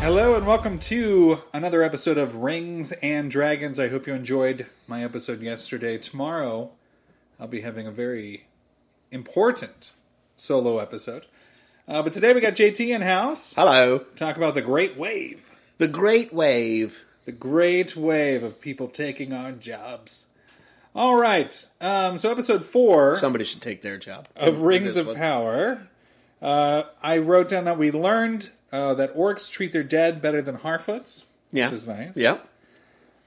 Hello and welcome to another episode of Rings and Dragons. I hope you enjoyed my episode yesterday. Tomorrow, I'll be having a very important solo episode. Uh, but today we got JT in house. Hello. Talk about the Great Wave. The Great Wave. The Great Wave of people taking our jobs. All right. Um, so, episode four Somebody should take their job. of In Rings this of one. Power. Uh, I wrote down that we learned uh, that orcs treat their dead better than Harfoots, Yeah. which is nice. Uh,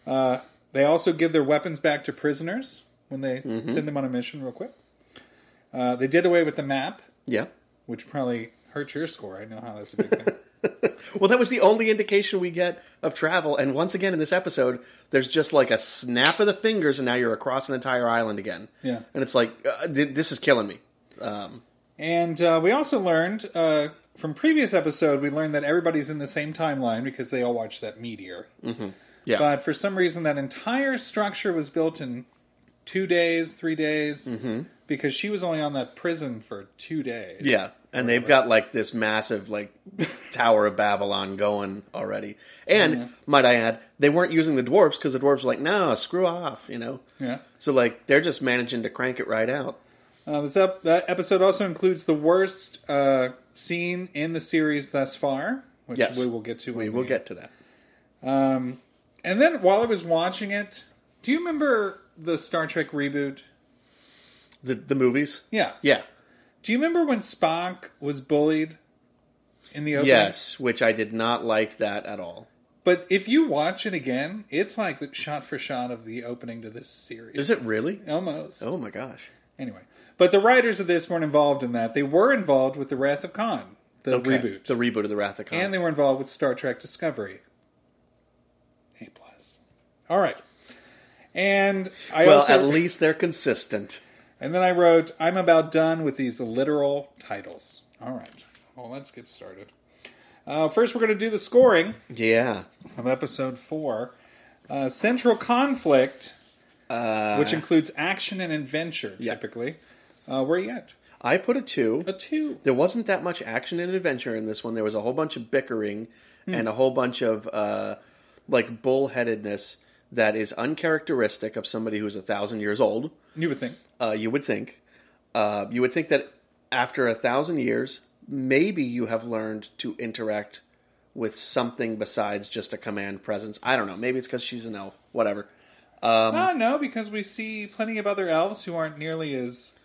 Yeah. They also give their weapons back to prisoners when they Mm-hmm. send them on a mission, real quick. Uh, they did away with the map, Yeah. which probably hurts your score. I know how that's a big thing. Well, that was the only indication we get of travel. And once again, in this episode, there's just like a snap of the fingers, and now you're across an entire island again. Yeah. And it's like, uh, th- this is killing me. Um, and uh, we also learned uh, from previous episode, we learned that everybody's in the same timeline because they all watched that meteor. Mm-hmm. yeah. But for some reason, that entire structure was built in two days, three days, Mm-hmm. because she was only on that prison for two days. yeah. And they've got like this massive, like, Tower of Babylon going already. And, might I add, they weren't using the dwarves because the dwarves were like, no, screw off, you know? Yeah. So, like, they're just managing to crank it right out. Uh, this ep- that episode also includes the worst uh, scene in the series thus far, which Yes. we will get to. We when will get to that. And then while I was watching it, do you remember the Star Trek reboot? The, the movies? Yeah. Yeah. Do you remember when Spock was bullied in the opening? Yes, which I did not like that at all. But if you watch it again, it's like the shot for shot of the opening to this series. Is it really? Almost. Oh my gosh. Anyway. But the writers of this weren't involved in that. They were involved with The Wrath of Khan, the Okay. reboot. The reboot of the Wrath of Khan. and they were involved with Star Trek Discovery. A plus. All right, and I well, also at least they're consistent. and then I wrote, I'm about done with these literal titles. All right, well let's get started. Uh, first, we're going to do the scoring Yeah. of episode four. Uh, central conflict, Uh, which includes action and adventure, Yeah. typically. Uh, where are you at? I put a two. A two. There wasn't that much action and adventure in this one. There was a whole bunch of bickering and a whole bunch of uh, like bullheadedness that is uncharacteristic of somebody who's a thousand years old. You would think. uh, you would think. Uh, you would think that after a thousand years, maybe you have learned to interact with something besides just a command presence. I don't know. Maybe it's because she's an elf. Whatever. Ah, no, because we see plenty of other elves who aren't nearly as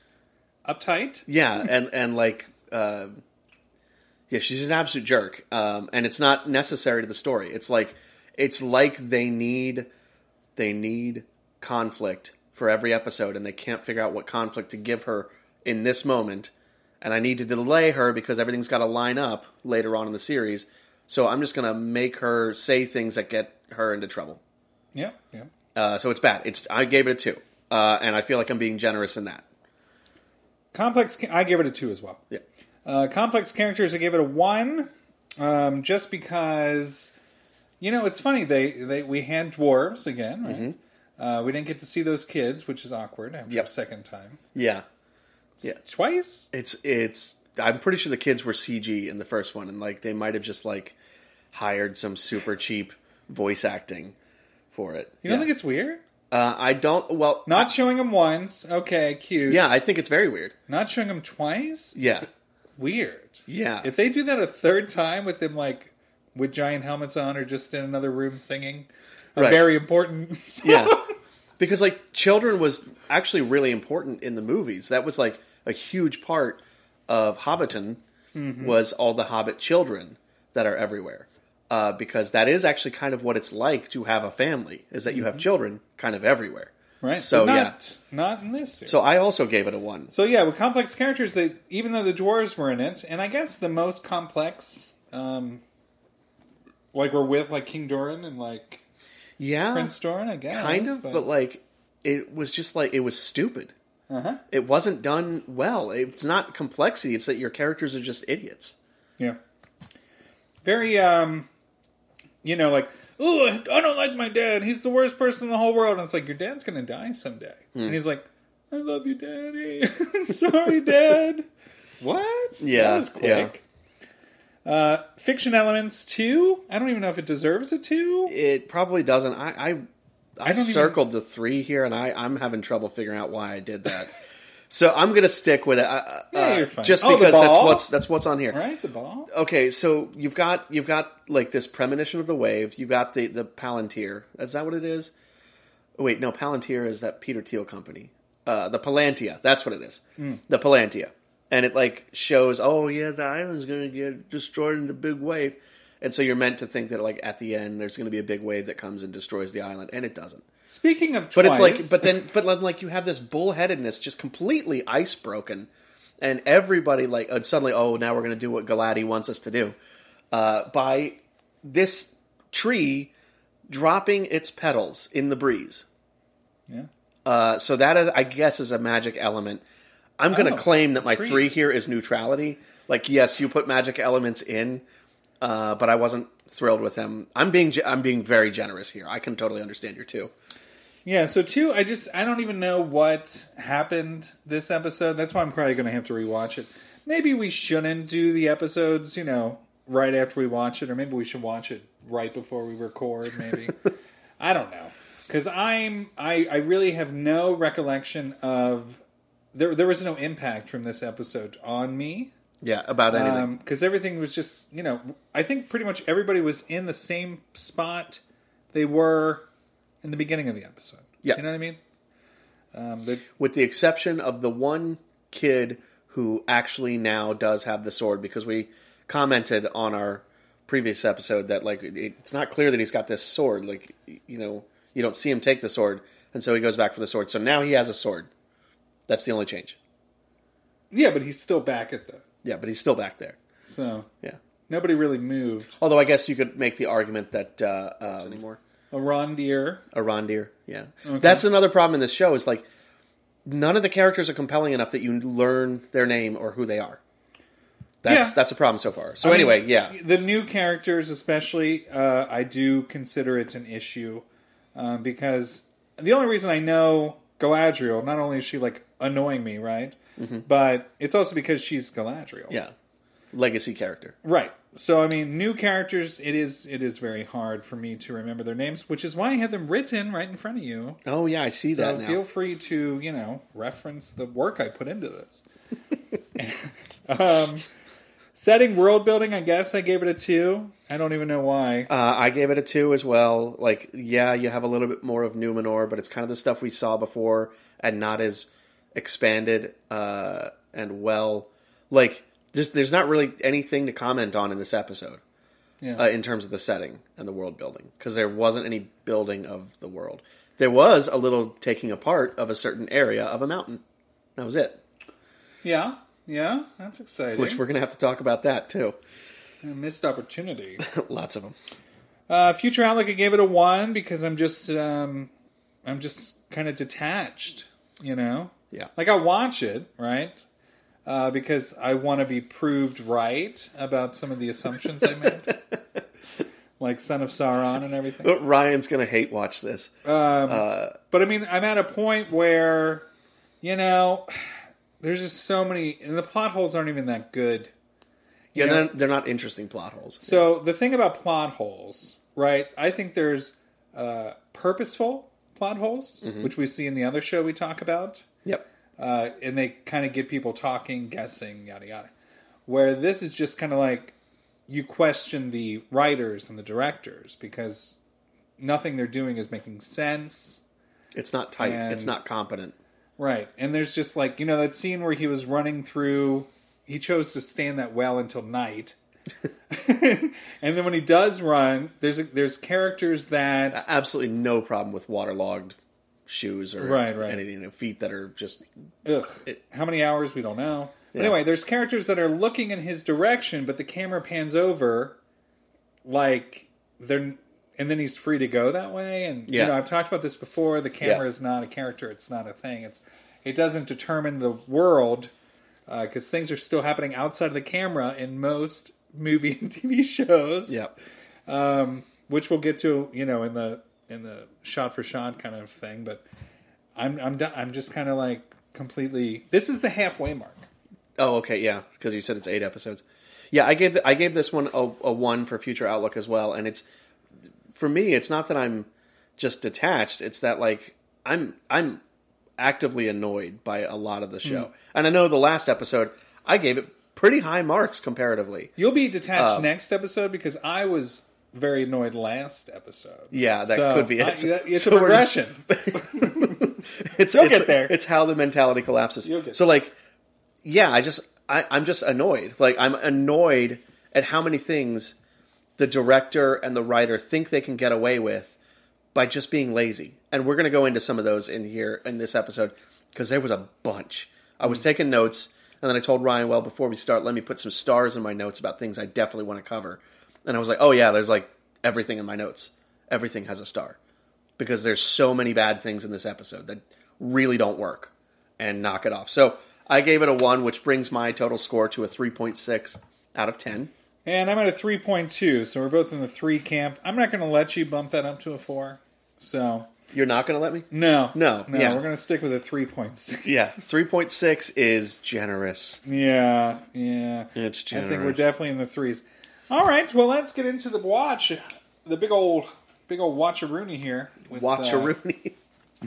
uptight. Yeah, and and like, uh, yeah, she's an absolute jerk, um, and it's not necessary to the story. It's like it's like they need they need conflict for every episode, and they can't figure out what conflict to give her in this moment. And I need to delay her because everything's got to line up later on in the series. So I'm just gonna make her say things that get her into trouble. Yeah, yeah. Uh, so it's bad. It's I gave it a two, uh, and I feel like I'm being generous in that. Complex. I gave it a two as well. Yeah, Uh, complex characters, I gave it a one, um, just because you know it's funny they they we had dwarves again. Right? Mm-hmm. Uh, we didn't get to see those kids, which is awkward after Yep. the second time. yeah. Yeah. twice. It's it's. I'm pretty sure the kids were CG in the first one, and like they might have just like hired some super cheap voice acting for it. You don't Yeah. think it's weird? Uh, I don't. Well, Not showing them once, okay, cute. yeah, I think it's very weird. Not showing them twice, Yeah, weird. yeah. If they do that a third time with them like with giant helmets on or just in another room singing a Right. very important song. yeah because like children was actually really important in the movies that was like a huge part of hobbiton Mm-hmm. was all the hobbit children that are everywhere uh, because that is actually kind of what it's like to have a family is that you have children kind of everywhere Mm-hmm. right? so But yeah not, not in this. Series. so i also gave it a one So yeah, with complex characters, they even though the dwarves were in it, and I guess the most complex, um, like we're with like King Doran and like yeah Prince Doran, I guess kind of but, like it was just like it was stupid Uh-huh. it wasn't done well it's not complexity it's that your characters are just idiots yeah, very um, you know, like oh, I don't like my dad. He's the worst person in the whole world. And it's like your dad's gonna die someday, and he's like, I love you, daddy. Sorry, dad. what? Yeah, that was quick. Uh, fiction elements two. I don't even know if it deserves a two. It probably doesn't. I I, I, don't even- circled the three here, and I I'm having trouble figuring out why I did that. so I'm gonna stick with it. Uh, Yeah, uh, you're fine. Just Oh, the because that's ball? what's that's what's on here. Right, the ball. Okay, so you've got you've got like this premonition of the wave. You got the the palantir. Is that what it is? Oh, wait, no, palantir is that Peter Thiel company. Uh, the Palantia. That's what it is. Hmm. The Palantia, and it like shows. Oh yeah, the island's gonna get destroyed in the big wave, and so you're meant to think that like at the end there's gonna be a big wave that comes and destroys the island, and it doesn't. Speaking of, But twice, it's like, but then, but then, like you have this bullheadedness, just completely ice broken, and everybody like uh, suddenly, oh, now we're going to do what Galati wants us to do, uh, by this tree dropping its petals in the breeze. Yeah. Uh, so that is, I guess, is a magic element. I'm going to Oh, claim that my tree. three here is neutrality. Like, yes, you put magic elements in, uh, but I wasn't thrilled with them. I'm being, ge- I'm being very generous here. I can totally understand your two. yeah. So two, I just I don't even know what happened this episode. That's why I'm probably going to have to rewatch it. Maybe we shouldn't do the episodes, you know, right after we watch it, or maybe we should watch it right before we record. Maybe I don't know because I'm I I really have no recollection of there there was no impact from this episode on me. Yeah, about anything. because Um, everything was just you know i think pretty much everybody was in the same spot they were in the beginning of the episode Yeah. you know what i mean um, the, with the exception of the one kid who actually now does have the sword because we commented on our previous episode that like it- it's not clear that he's got this sword like y- you know you don't see him take the sword and so he goes back for the sword so now he has a sword that's the only change yeah but he's still back at the yeah but he's still back there so yeah nobody really moved although i guess you could make the argument that uh um, a rondeur a reindeer. Yeah, that's another problem in this show is like none of the characters are compelling enough that you learn their name or who they are. That's Yeah. that's a problem so far. So I mean, anyway, yeah, the new characters especially uh, i do consider it an issue um, because the only reason i know galadriel not only is she like annoying me right but it's also because she's galadriel Mm-hmm. yeah, legacy character. Right. So I mean, new characters. It is it is very hard for me to remember their names, which is why I had them written right in front of you. Oh yeah, I see So that now. feel free to you know reference the work I put into this. um, setting world building. I guess I gave it a two. I don't even know why. Uh, I gave it a two as well. Like yeah, you have a little bit more of Numenor, but it's kind of the stuff we saw before and not as expanded uh, and well. Like there's there's not really anything to comment on in this episode. yeah. uh, in terms of the setting and the world building because there wasn't any building of the world. There was a little taking apart of a certain area of a mountain. That was it. yeah. Yeah. That's exciting. Which we're going to have to talk about that too. A missed opportunity. Lots of them. Uh, Future Outlook, I gave it a one because I'm just, um, I'm just kind of detached, you know. Yeah. Like I watch it, right? Uh, because I want to be proved right about some of the assumptions I made, like Son of Sauron and everything. But Ryan's gonna hate watch this. Um, But I mean, I'm at a point where, you know, there's just so many, and the plot holes aren't even that good. yeah, yeah. They're, they're not interesting plot holes. So the thing about plot holes, right? I think there's uh, purposeful plot holes, which we see in the other show we talk about, Yep. uh, and they kind of get people talking, guessing, yada yada. Where this is just kind of like you question the writers and the directors because nothing they're doing is making sense. It's not tight. And- It's not competent. Right. And there's just like, you know, that scene where he was running through, he chose to stay in that well until night. and then when he does run, there's a, there's characters that Absolutely no problem with waterlogged shoes or Right, right. any you know, feet that are just ugh, how many hours we don't know. But anyway, there's characters that are looking in his direction, but the camera pans over like they're and then he's free to go that way and Yeah. you know, I've talked about this before, the camera Yeah. is not a character, it's not a thing. It's it doesn't determine the world because things are still happening outside of the camera in most movie and TV shows. Yep. Um, which we'll get to, you know, in the in the shot for shot kind of thing. But I'm I'm do- I'm just kind of like completely. This is the halfway mark. Oh, okay, yeah, because you said it's eight episodes. Yeah, I gave I gave this one a, a one for Future Outlook as well, and it's for me, it's not that I'm just detached; it's that like I'm I'm actively annoyed by a lot of the show, and I know the last episode I gave it pretty high marks comparatively. You'll be Um, detached next episode because I was very annoyed last episode. Yeah, that So, could be I- it. that- it's So a we're just- progression. it's You'll it's, get there. It's how the mentality collapses. You'll get So like, yeah, I just I, I'm just annoyed. Like I'm annoyed at how many things the director and the writer think they can get away with by just being lazy. And we're gonna go into some of those in here in this episode because there was a bunch. I Mm. was taking notes, and then I told Ryan, well, before we start, let me put some stars in my notes about things I definitely want to cover. And I was like, oh yeah, there's like everything in my notes. Everything has a star because there's so many bad things in this episode that really don't work and knock it off. So I gave it a one, which brings my total score to a 3.6 out of 10. And I'm at a 3.2, so we're both in the 3 camp. I'm not going to let you bump that up to a 4. So, You're not going to let me? no. No, No, yeah. we're going to stick with a 3.6. Yeah. 3.6 is generous. Yeah, yeah. It's I think we're generous. definitely in the 3s. All right, well, let's get into the watch. The big old big old watcheroony here. with, uh, Watch a Rooney.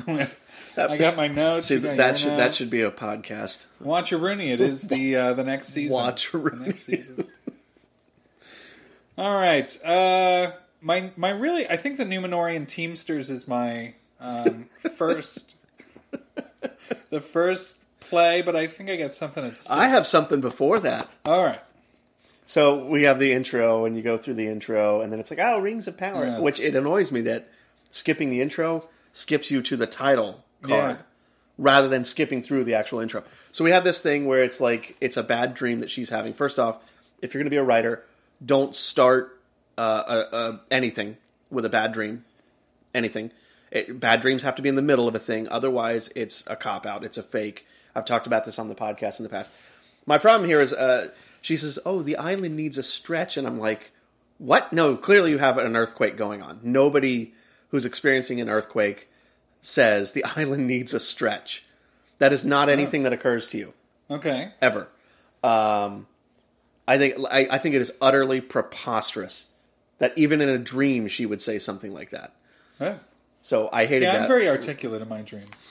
I got my notes. See, you got your that should, that notes. should be a podcast. Watcheroony. It is the uh, the next season. Watcheroony. The next season. All right. Uh, my my really, I think the Numenorian Teamsters is my um, first the first play, but I think I got something at six. I have something before that. All right. So we have the intro, and you go through the intro, and then it's like, oh, Rings of Power, Yeah. which it annoys me that skipping the intro skips you to the title card Yeah. rather than skipping through the actual intro. So we have this thing where it's like it's a bad dream that she's having. First off, if you're going to be a writer, don't start uh, uh, uh, anything with a bad dream. Anything. It, bad dreams have to be in the middle of a thing. Otherwise, it's a cop out. It's a fake. I've talked about this on the podcast in the past. My problem here is uh, she says, "Oh, the island needs a stretch," and I'm like, "What? No, clearly you have an earthquake going on. Nobody who's experiencing an earthquake says the island needs a stretch. That is not anything that occurs to you Okay. ever. Um, I think I, I think it is utterly preposterous that even in a dream she would say something like that. Yeah, So I hated Yeah, that. I'm very articulate in my dreams,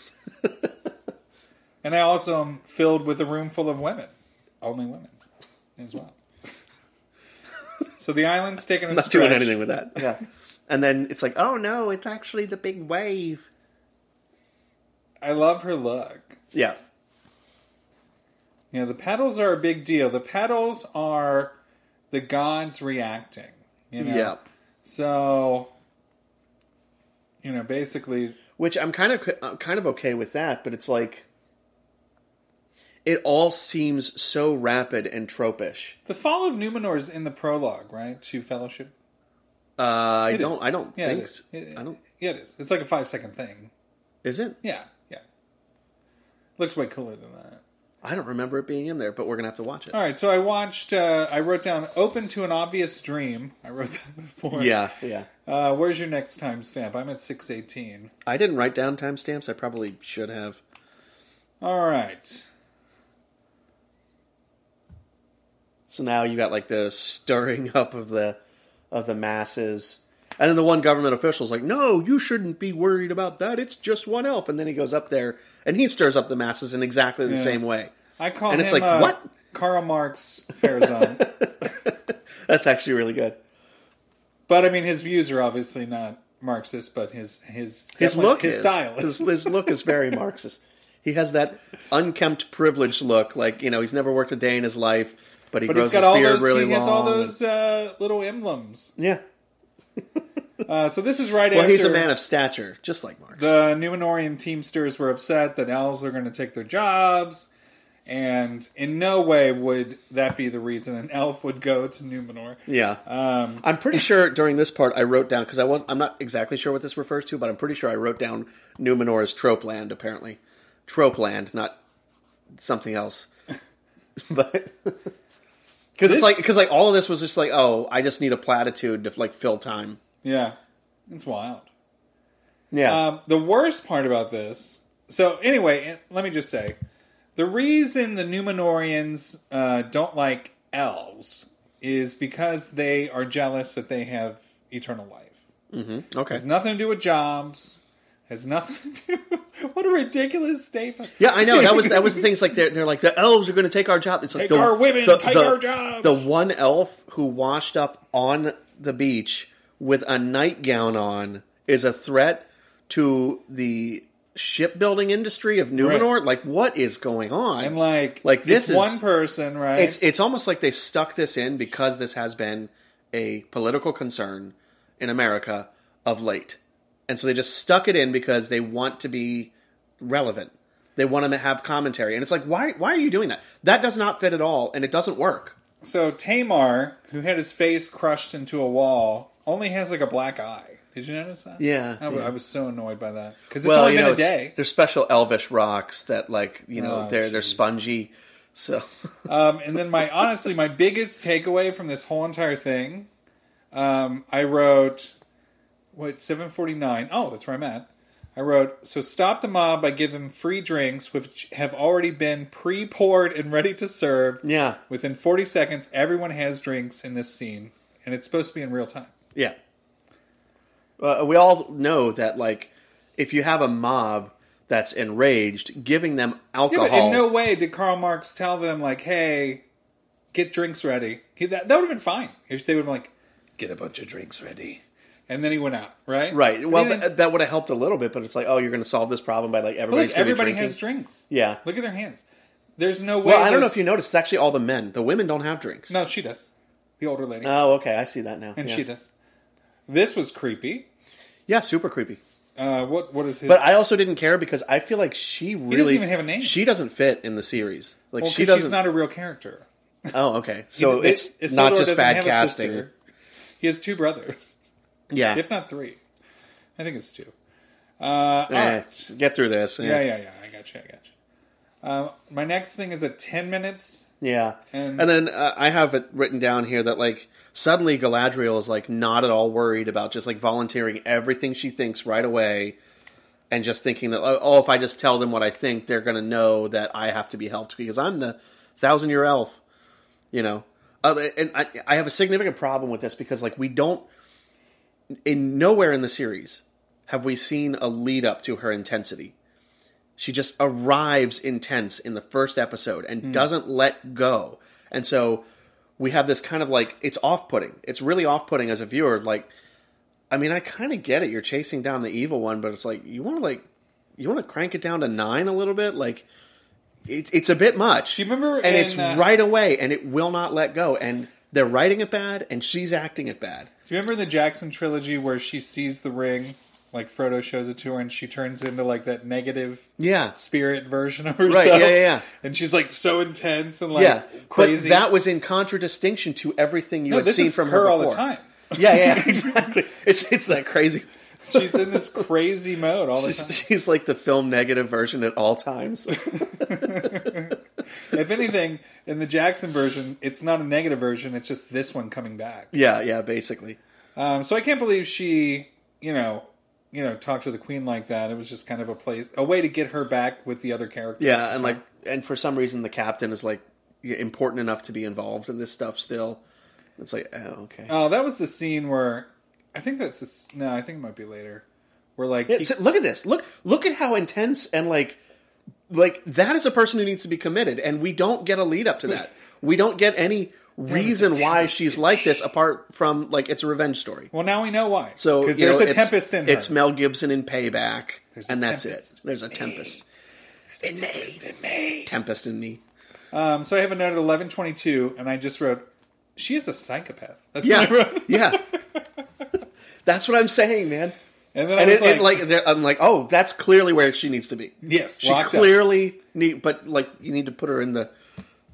and I also am filled with a room full of women, only women, as well. So the island's taking a not stretch. doing anything with that. Yeah. and then it's like, oh no, it's actually the big wave. I love her look. Yeah. Yeah, the pedals are a big deal. The pedals are the gods reacting. You know? Yeah. So, you know, basically, uh, Which I'm kind of I'm kind of okay with that, but it's like it all seems so rapid and tropish. The fall of Numenor is in the prologue, right? To Fellowship. Uh, I It don't. is. I don't Yeah, think. it is. s- It- I don't. Yeah, it is. It's like a five second thing. Is it? Yeah, yeah. Looks way cooler than that. I don't remember it being in there, but we're gonna have to watch it. All right, so I watched. Uh, I wrote down "Open to an Obvious Dream." I wrote that before. Yeah, yeah. Uh, where's your next timestamp? I'm at six eighteen. I didn't write down timestamps. I probably should have. All right. So now you got like the stirring up of the of the masses, and then the one government official's like, "No, you shouldn't be worried about that. It's just one elf." And then he goes up there and he stirs up the masses in exactly the same way. I call And him it's like, uh, what? Karl Marx Farazan. That's actually really good. but I mean, his views are obviously not Marxist, but his his His definitely- look, his is, style, is. His, his look is very Marxist. He has that unkempt, privileged look. Like you know, he's never worked a day in his life, but he but he's grows got his all beard those really he long. has all those uh, little emblems. yeah. Uh, so this is right Well, after he's a man of stature, just like Marx. the Numenorian Teamsters were upset that elves are going to take their jobs, and in no way would that be the reason an elf would go to Numenor. Yeah, um, I'm pretty sure during this part I wrote down because I was I'm not exactly sure what this refers to, but I'm pretty sure I wrote down Numenor as Tropeland. Apparently, Tropeland, not something else. but because This- it's like because like all of this was just like oh I just need a platitude to like fill time. Yeah, it's wild. Yeah, Um, the worst part about this. So anyway, and let me just say, the reason the Numenorians uh, don't like elves is because they are jealous that they have eternal life. okay. Has nothing to do with jobs. Has nothing to do. What a ridiculous statement. Yeah, I know that was that was the things like they're they're like the elves are going to take our job. It's Take like the, our women, the, take the- our jobs. The one elf who washed up on the beach with a nightgown on is a threat to the shipbuilding industry of Numenor. Like, what is going on? And like, like this it's is one person, right? It's it's almost like they stuck this in because this has been a political concern in America of late, and so they just stuck it in because they want to be relevant. They want to have commentary, and it's like, why why are you doing that? That does not fit at all, and it doesn't work. so Tamar, who had his face crushed into a wall, only has like a black eye. Did you notice that? Yeah, I, w- yeah. I was so annoyed by that because it's only been a it's- day. there's special elvish rocks that like you know Oh, they're they're jeez. spongy, so Um, and then my honestly, my biggest takeaway from this whole entire thing, um, I wrote what seven forty nine. Oh, that's where I'm at. I wrote so stop the mob by giving them free drinks which have already been pre poured and ready to serve. yeah Within forty seconds, everyone has drinks in this scene, and it's supposed to be in real time. Yeah. Uh, we all know that, like, if you have a mob that's enraged, giving them Yeah, alcohol. but in no way did Karl Marx tell them like, "Hey, get drinks ready." He, that that would have been fine if they would have been like, "Get a bunch of drinks ready," and then he went out. Right. Right. Well, He didn't- th- that would have helped a little bit, but it's like, oh, you're going to solve this problem by like But everybody's look, going to be everybody drinking. has drinks. Yeah. Look at their hands. There's no way. well, I don't know there's- if you noticed, it's actually all the men. The women don't have drinks. No, she does. The older lady. Oh, okay. I see that now. and yeah. she does. This was creepy. Yeah, super creepy. Uh, what What is his? But I also didn't care because I feel like she really even have a name. She doesn't fit in the series. Like well, she 'cause doesn't. she's not a real character. oh, okay. So They- it's Isildur not just doesn't bad have a casting. sister. He has two brothers, Yeah. if not three. I think it's two. Uh, all Eh, right. Get through this. Yeah, yeah, yeah. I got you. I got you. Um, my next thing is at ten minutes. Yeah, And- and, then uh, I have it written down here that like suddenly Galadriel is like not at all worried about just like volunteering everything she thinks right away, and just thinking that oh, oh, if I just tell them what I think, they're gonna know that I have to be helped because I'm the thousand year elf, you know. Uh, and I, I have a significant problem with this because like we don't in nowhere in the series have we seen a lead up to her intensity. She just arrives intense in the first episode and Hmm. doesn't let go. And so we have this kind of like it's off-putting. It's really off-putting as a viewer like I mean, I kind of get it. You're chasing down the evil one, but it's like you want to like you want to crank it down to 9 a little bit like it, it's a bit much. You remember and it's in, uh, right away and it will not let go and they're writing it bad and she's acting it bad. Do you remember in the Jackson trilogy where she sees the ring like Frodo shows it to her and she turns into like that negative Yeah. spirit version of herself. yeah, yeah, yeah. And she's like so intense and like yeah, crazy. but that was in contradistinction to everything you no, had this seen is from her, her, all the before. time. Yeah, yeah, yeah, exactly. It's it's that crazy. She's in this crazy mode all the time. She's, she's like the film negative version at all times. If anything, in the Jackson version, it's not a negative version. It's just this one coming back. yeah, yeah, basically. Um, so I can't believe she, you know, you know, talked to the queen like that. It was just kind of a place, a way to get her back with the other character. Yeah, and like, and for some reason, the captain is like important enough to be involved in this stuff still. It's like, oh, okay. Oh, that was the scene where I think that's the s no. I think it might be later. Where like Yeah, he- so look at this. Look, look at how intense and like, like that is a person who needs to be committed, and we don't get a lead up to that. We don't get any reason why she's like this apart from like it's a revenge story. well, now we know why. So because you know, there's a it's- tempest in her. It's Mel Gibson in Payback, There's a and that's tempest it. There's a tempest. in me. Tempest in me. um, so I have a note at eleven twenty two, and I just wrote, "She is a psychopath." That's what I Yeah, wrote. yeah. That's what I'm saying, man. And then I And was it, it, like, like, there- I'm like, oh, that's clearly where she needs to be. yes, She locked up. clearly need, but like you need to put her in the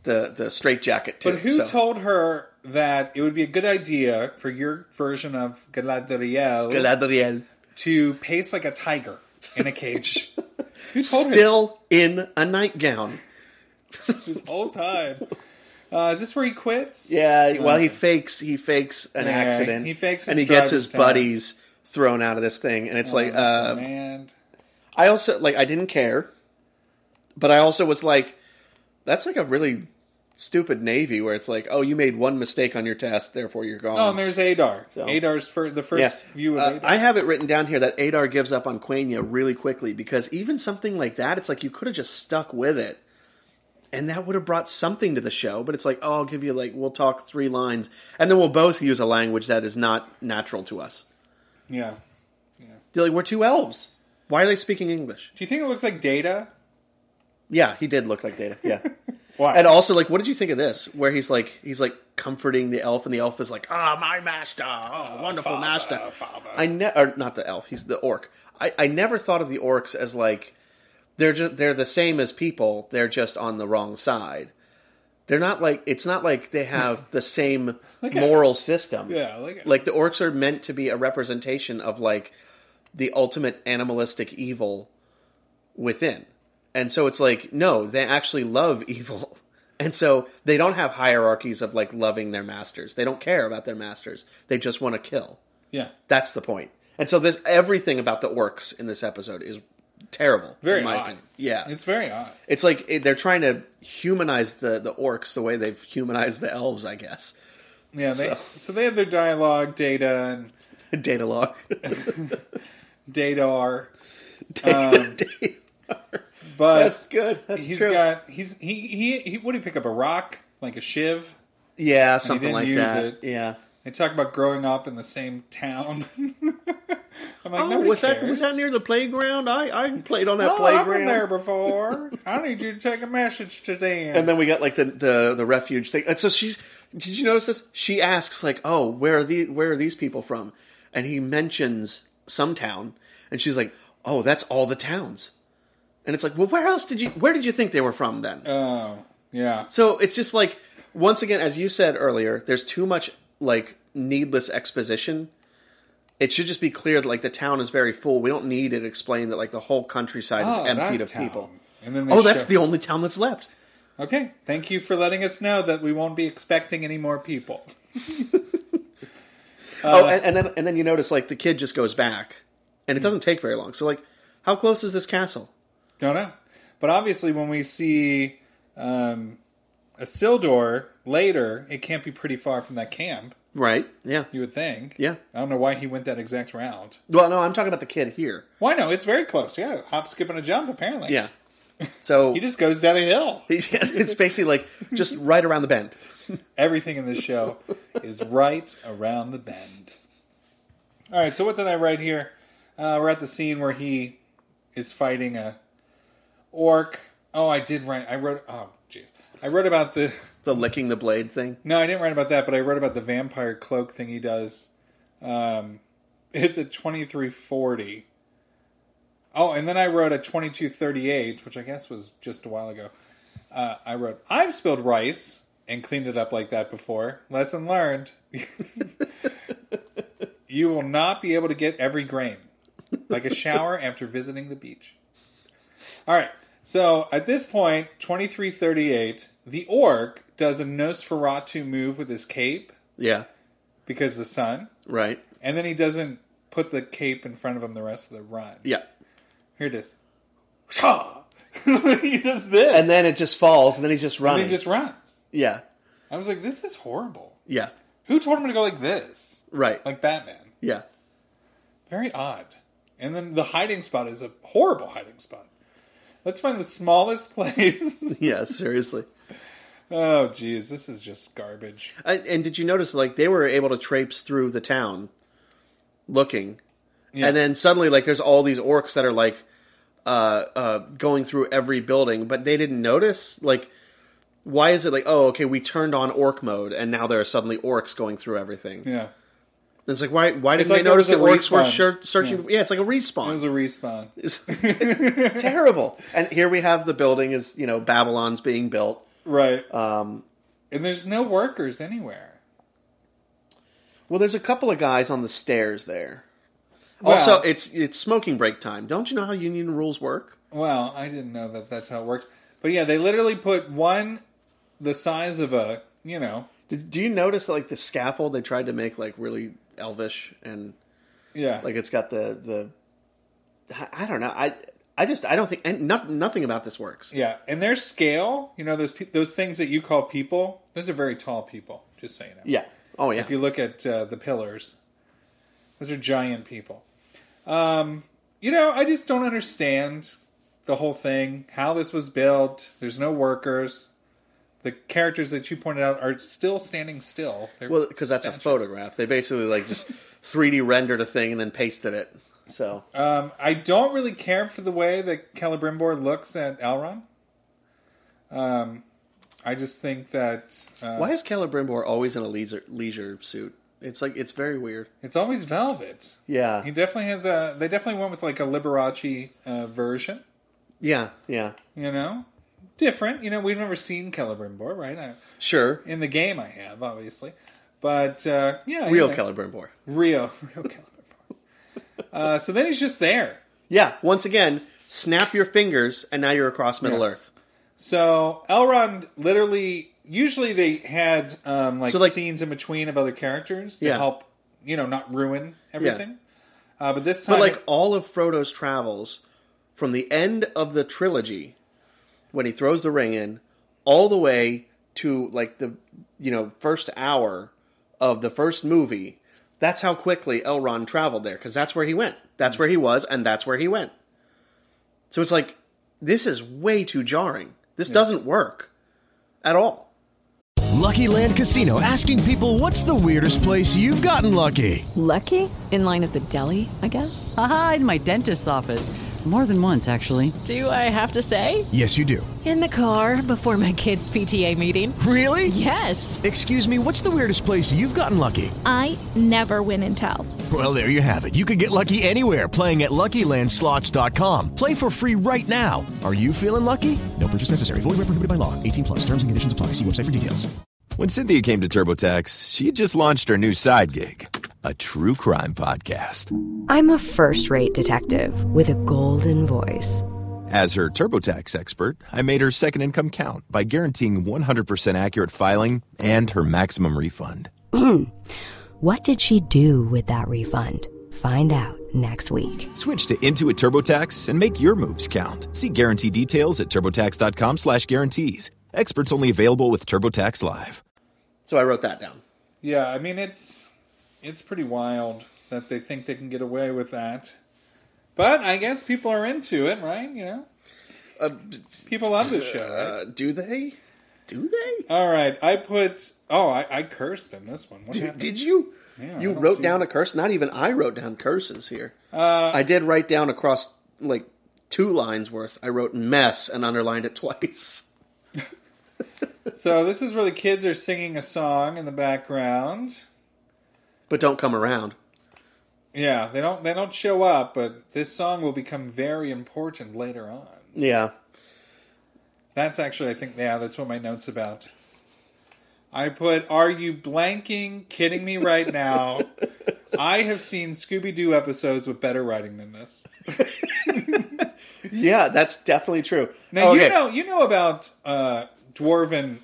the the straight jacket too. But who so. told her that it would be a good idea for your version of Galadriel Galadriel to pace like a tiger in a cage? who told her still in a nightgown? this whole time? Uh, is this where he quits? Yeah. Well, he fakes he fakes an Yeah, accident. he fakes and his he gets his driver's test. Oh, buddies thrown out of this thing, and it's like, uh, man. I also like I didn't care, but I also was like, that's like a really stupid navy where it's like, oh, you made one mistake on your test, therefore you're gone. Oh, and there's Adar. So- Adar's fir- the first view Uh, of Adar. I have it written down here that Adar gives up on Quenya really quickly because even something like that, it's like you could have just stuck with it. And that would have brought something to the show, but it's like, oh, I'll give you like we'll talk three lines, and then we'll both use a language that is not natural to us. yeah. They're like, we're two elves. Why are they speaking English? Do you think it looks like Data? Yeah, he did look like Data. Yeah. Why? And also, like, what did you think of this? Where he's like, he's like comforting the elf, and the elf is like, "Ah, my master, oh, wonderful master." I never, not the elf, he's the orc. I, I never thought of the orcs as like they're just they're the same as people. They're just on the wrong side. They're not like it's not like they have the same moral system. Yeah, look at- like the orcs are meant to be a representation of like the ultimate animalistic evil within. And so it's like, no, they actually love evil. And so they don't have hierarchies of like loving their masters. They don't care about their masters. They just want to kill. Yeah. That's the point. And so there's everything about the orcs in this episode is terrible. Very in my odd. opinion. Yeah. It's very odd. It's like it, they're trying to humanize the, the orcs the way they've humanized the elves, I guess. Yeah, they, so. they have their dialogue, Data and Data log. Dadar. Um, but That's good. That's He's true. got he's he, he he what did he pick up a rock like a shiv? yeah, something didn't like use that. it. Yeah. They talk about growing up in the same town. I'm like, Oh, nobody was cares. that was that near the playground? I, I played on that Oh, I've playground. been there before. I need you to take a message to them. And then we got like the, the the refuge thing. And so she's did you notice this? She asks like, "Oh, where are the where are these people from?" And he mentions some town, and she's like, "Oh, that's all the towns." And it's like, "Well, where else did you where did you think they were from then?" oh, yeah. So it's just like once again, as you said earlier, there's too much like needless exposition. It should just be clear that like the town is very full. We don't need it explained that like the whole countryside Oh, is emptied that of town. people. And then they Oh, that's show- the only town that's left. Okay, thank you for letting us know that we won't be expecting any more people. Uh, oh, and, and then and then you notice like the kid just goes back, and it Hmm. doesn't take very long. So like, how close is this castle? Don't know. But obviously, when we see um, a Sildor later, it can't be pretty far from that camp. Right? Yeah. You would think. Yeah. I don't know why he went that exact route. Well, no, I'm talking about the kid here. Why no? It's very close. Yeah, hop, skip, and a jump. Apparently. Yeah. So He just goes down a hill. it's basically like just right around the bend. Everything in this show is right around the bend. All right, so what did I write here? Uh, we're at the scene where he is fighting a orc. Oh, I did write. I wrote. Oh, jeez. I wrote about the. The licking the blade thing. No, I didn't write about that, but I wrote about the vampire cloak thing he does. Um, It's a 2340. Oh, and then I wrote a 2238, which I guess was just a while ago. Uh, I wrote, I've spilled rice and cleaned it up like that before. Lesson learned. you will not be able to get every grain, like a shower after visiting the beach. All right. So at this point, 2338, the orc does a Nosferatu move with his cape Yeah. because the sun, Right. and then he doesn't put the cape in front of him the rest of the run. Yeah. Here it is. he does this. And then it just falls, and then he's just And running. he just runs. yeah. I was like, this is horrible. Yeah. Who told him to go like this? Right. Like Batman. yeah. Very odd. And then the hiding spot is a horrible hiding spot. Let's find the smallest place. Yeah. Seriously. oh, geez, this is just garbage. I, and did you notice like they were able to traipse through the town, looking, and then suddenly like there's all these orcs that are like, uh, uh, going through every building, but they didn't notice. Like, why is it like oh okay we turned on orc mode and now there are suddenly orcs going through everything? Yeah. And it's like why why didn't like they there was notice that a orcs were respawn. shir- searching? Yeah. it's like a respawn. It was a respawn. It's terrible. And here we have the building is you know Babylon's being built. Right. Um, and there's no workers anywhere. Well, there's a couple of guys on the stairs there. Well- also, it's it's smoking break time. Don't you know how union rules work? Well, I didn't know that that's how it worked. But yeah, they literally put one the size of a, you know, Did, do you notice like the scaffold they tried to make like really elvish and yeah. like it's got the the I I don't know I I just I don't think and not, nothing about this works. yeah, and their scale, you know, those pe- those things that you call people, those are very tall people, just saying it. Yeah. Oh yeah. If you look at uh, the pillars, those are giant people. Um, you know, I just don't understand the whole thing, how this was built. There's no workers. The characters that you pointed out are still standing still. They're well, because that's a statues. photograph. They basically like just 3D rendered a thing and then pasted it. So Um, I don't really care for the way that Celebrimbor looks at Elrond. Um, I just think that uh, Why is Celebrimbor always in a leisure leisure suit? It's like it's very weird. it's always velvet. Yeah, He definitely has a. They definitely went with like a Liberace uh, version. yeah, yeah. You know, different. You know, we've never seen Celebrimbor, right? I, Sure, in the game, I have obviously, but uh, yeah, real you know, Celebrimbor. Real, real Celebrimbor. uh, so then he's just there. Yeah. Once again, snap your fingers, and now you're across Middle Yeah. Earth. So Elrond literally usually they had um, like, So, like- scenes in between of other characters to Yeah. help you know not ruin everything. Uh, but this time, But like all of Frodo's travels, from the end of the trilogy, when he throws the ring in, all the way to like the you know first hour of the first movie. That's how quickly Elrond traveled there, because that's where he went. That's where he was, and that's where he went. So it's like this is way too jarring. This doesn't work at all. Lucky Land Casino asking people what's the weirdest place you've gotten lucky? Lucky? In line at the deli, I guess? Aha, in my dentist's office. More than once, actually. Do I have to say? Yes, you do. In the car before my kids' PTA meeting. Really? Yes. Excuse me, what's the weirdest place you've gotten lucky? I never win and tell. Well, there you have it. You can get lucky anywhere playing at LuckyLandSlots.com. Play for free right now. Are you feeling lucky? No purchase necessary. Void where prohibited by law. 18 plus. Terms and conditions apply. See website for details. When Cynthia came to TurboTax, she had just launched her new side gig, a true crime podcast. I'm a first rate detective with a golden voice. As her TurboTax expert, I made her second income count by guaranteeing 100% accurate filing and her maximum refund. What did she do with that refund? Find out next week. Switch to Intuit TurboTax and make your moves count. See guarantee details at TurboTax.com slash guarantees. Experts only available with TurboTax Live. So I wrote that down. yeah, I mean it's it's pretty wild that they think they can get away with that. But I guess people are into it, right? You know, people love this show. Right? Uh, do they? Do they? All right, I put. Oh, I, I cursed in this one. What Did, happened? did you? you I don't wrote do down a curse. Not even I wrote down curses here. Uh, I did write down across like two lines worth. I wrote mess and underlined it twice. So this is where the kids are singing a song in the background. But don't come around. Yeah, they don't they don't show up, but this song will become very important later on. Yeah. That's actually I think yeah, that's what my notes about. I put are you blanking kidding me right now? I have seen Scooby Doo episodes with better writing than this. Yeah, that's definitely true. Now Okay. you know you know about uh, dwarven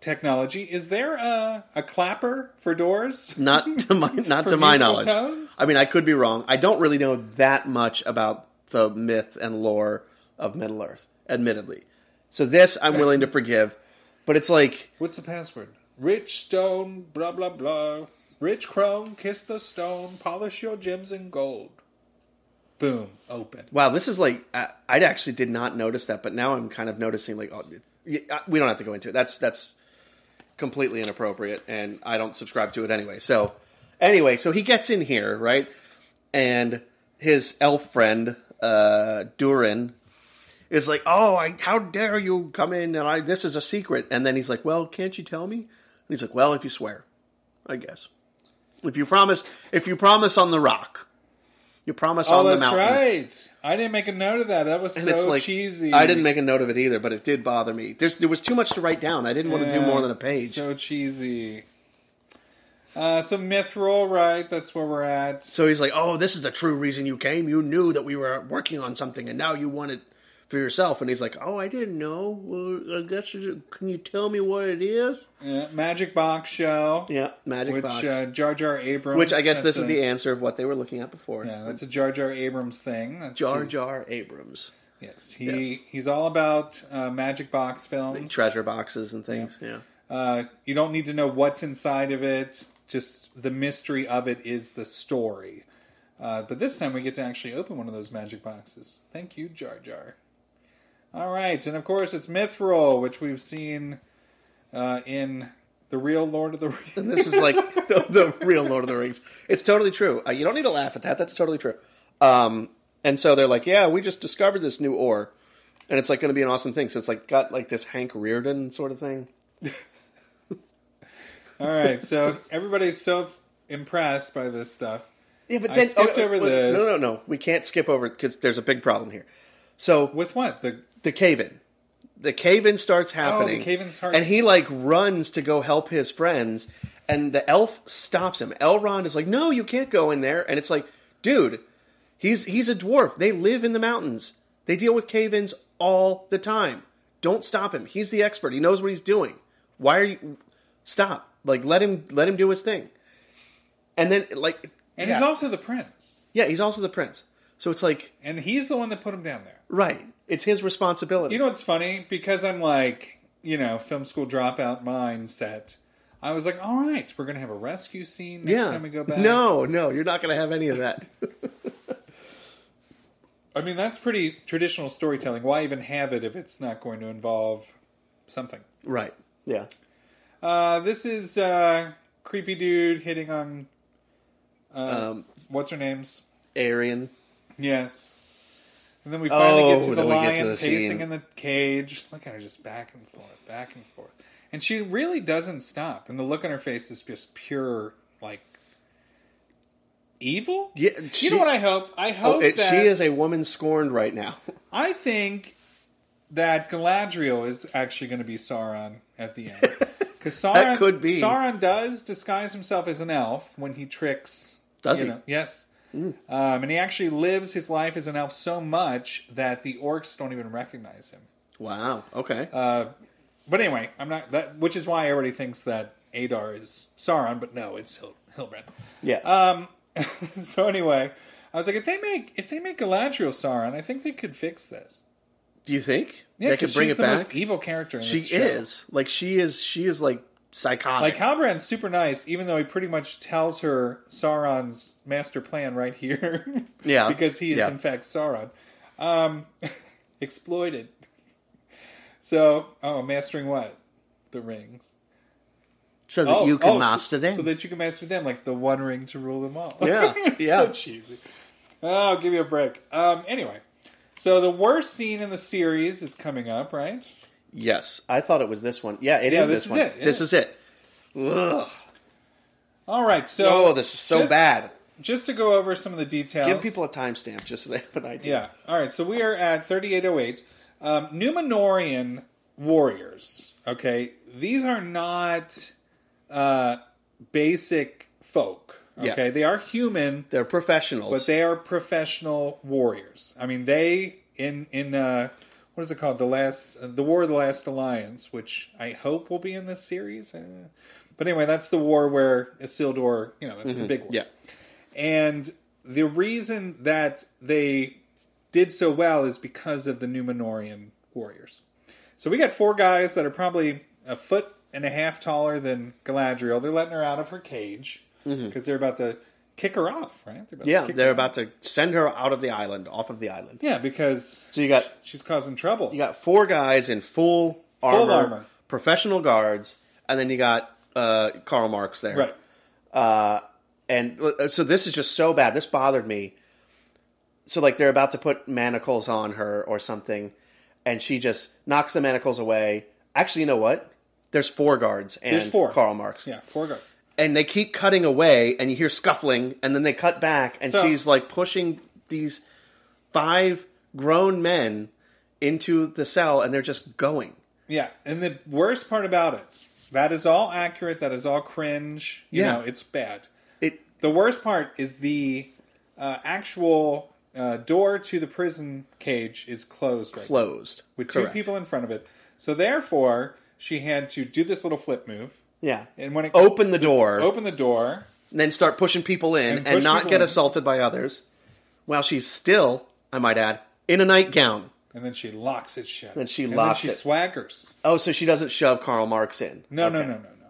technology. Is there a, a clapper for doors? not to my not to my musical knowledge. tones? I mean, I could be wrong. I don't really know that much about the myth and lore of Middle Earth, admittedly. So this I'm willing to forgive, but it's like What's the password? Rich stone, blah blah blah. Rich chrome, kiss the stone, polish your gems in gold. Boom, open. wow, this is like I, I actually did not notice that, but now I'm kind of noticing like oh, y- uh, we don't have to go into it. That's that's completely inappropriate, and I don't subscribe to it anyway. So anyway, so he gets in here right, and his elf friend uh, Durin It's like, "Oh, I, how dare you come in and I this is a secret." And then he's like, "Well, can't you tell me?" And he's like, "Well, if you swear, I guess. If you promise, if you promise on the rock, you promise Oh, on the that's mountain." right. I didn't make a note of that. That was And so it's like cheesy. I didn't make a note of it either, but it did bother me. There's there was too much to write down. I didn't want to do Yeah, more than a page. So, So cheesy. Uh, so myth roll, right? That's where we're at. he's like, "Oh, this is the true reason you came. You knew that we were working on something, and now you want it for yourself." And he's like, "Oh, I didn't know. Well, I guess you, can you tell me what it is?" Uh, Magic Box show. Yeah, magic which box. Uh, Jar Jar Abrams. Which I guess that's this is a- the answer of what they were looking at before. Yeah, that's a Jar Jar Abrams thing. That's Jar his- Jar Abrams. Yes, he he's all about uh, magic box films. Treasure boxes and things. Yeah. Uh, you don't need to know what's inside of it. Just the mystery of it is the story. Uh, but this time we get to actually open one of those magic boxes. Thank you, Jar Jar. All right, and of course it's Mithril, which we've seen uh, in the real Lord of the Rings. This is like the, the real Lord of the Rings. It's totally true. Uh, you don't need to laugh at that. That's totally true. Um, and so they're like, yeah, we just discovered this new ore. And it's like going to be an awesome thing. So it's like got like this Hank Reardon sort of thing. All right, so everybody's so impressed by this stuff. Yeah, but I skipped over this. No, no, no. We can't skip over because there's a big problem here. So With what the the cave in. The cave in starts happening. Oh, cave-in starts- And he like runs to go help his friends, and the elf stops him. Elrond is like, "No, you can't go in there." And it's like, dude, he's he's a dwarf. They live in the mountains. They deal with cave ins all the time. Don't stop him. He's the expert. He knows what he's doing. Why are you stop? Like let him let him do his thing. And then like and yeah. he's also the prince, yeah, he's also the prince. So it's like and he's the one that put him down there. right. It's his responsibility. You know what's funny? Because I'm like, you know, film school dropout mindset. I was like, all right, we're gonna have a rescue scene next time we go back. No, no, you're not going to have any of that. I mean that's pretty traditional storytelling. Why even have it if it's not going to involve something? right. Yeah. Uh, this is uh, creepy dude hitting on uh, what's her name's? Arian. Yes. And then we finally Oh, get to the then we get to lion the pacing scene. in the cage. Look at her just back and forth, back and forth. And she really doesn't stop. And the look on her face is just pure, like, evil? Yeah, you she- know what I hope? I hope Oh, it, that... she is a woman scorned right now. I think that Galadriel is actually going to be Sauron at the end. Because Sauron, That could be. Sauron does disguise himself as an elf when he tricks. Does you he? Hmm. know- yes. Um, and he actually lives his life as an elf so much that the orcs don't even recognize him. Wow. Okay. Uh, But anyway, I'm not that, which is why everybody thinks that Adar is Sauron, but no, it's Hil- Hilbrand. yeah. uh, so anyway, I was like, if they make if they make Galadriel Sauron, I think they could fix this. Do you think Yeah, they could 'cause bring she's it the back? most evil character. In she this show. is like she is. She is like Like psychotic. Halbrand's super nice, even though he pretty much tells her Sauron's master plan right here. Yeah. because he is Yeah. in fact Sauron. Um, exploited. So, oh, mastering what? The rings. so that oh, you can oh, so- master them. So that you can master them, like the one ring to rule them all. yeah. Yeah. so cheesy. Oh, give me a break. Um, anyway, so the worst scene in the series is coming up, right? yes. I thought it was this one. Yeah. it is Yeah, this this, is one. it, yeah. This is it. Ugh. All right, so Oh, this is so just- bad. just to go over some of the details. Give people a timestamp just so they have an idea. Yeah. All right. So we are at 3808. Um, Numenorian warriors. Okay. These are not uh, basic folk. Yeah. Okay. They are human, They're professionals. but they are professional warriors. I mean, they in in uh, what is it called? The last uh, the War of the Last Alliance, which I hope will be in this series. Uh, But anyway, that's the war where Isildur. You know, that's the big one. Mm-hmm. yeah. And the reason that they did so well is because of the Numenorian warriors. So we got four guys that are probably a foot and a half taller than Galadriel. They're letting her out of her cage because they're about to kick her off, right? They're about to Mm-hmm. Yeah, kick they're her about to send her out of the island, off of the island. Yeah, because So you got she's causing trouble. you got four guys in full armor, armor. professional guards, and then you got uh, Karl Marx there. right. Uh, and uh, so this is just so bad. This bothered me. So like they're about to put manacles on her or something, and she just knocks the manacles away. Actually, you know what? There's four guards and There's four. Karl Marx. Yeah, four guards. And they keep cutting away, and you hear scuffling, and then they cut back, and So- she's like pushing these five grown men into the cell, and they're just going. Yeah, and the worst part about it, that is all accurate. That is all cringe. You Yeah. know, it's bad. It The worst part is the uh, actual uh, door to the prison cage is closed. Right now, closed with Correct. two people in front of it. So therefore, she had to do this little flip move. Yeah, And when it open the door, open the door, and then start pushing people And in and, push not people get in. assaulted by others while she's still, I might add, in a nightgown. and then she locks it shut. Then she and locks then she it. swaggers. Oh, so she doesn't shove Karl Marx in. No, no, Okay. no, no, no.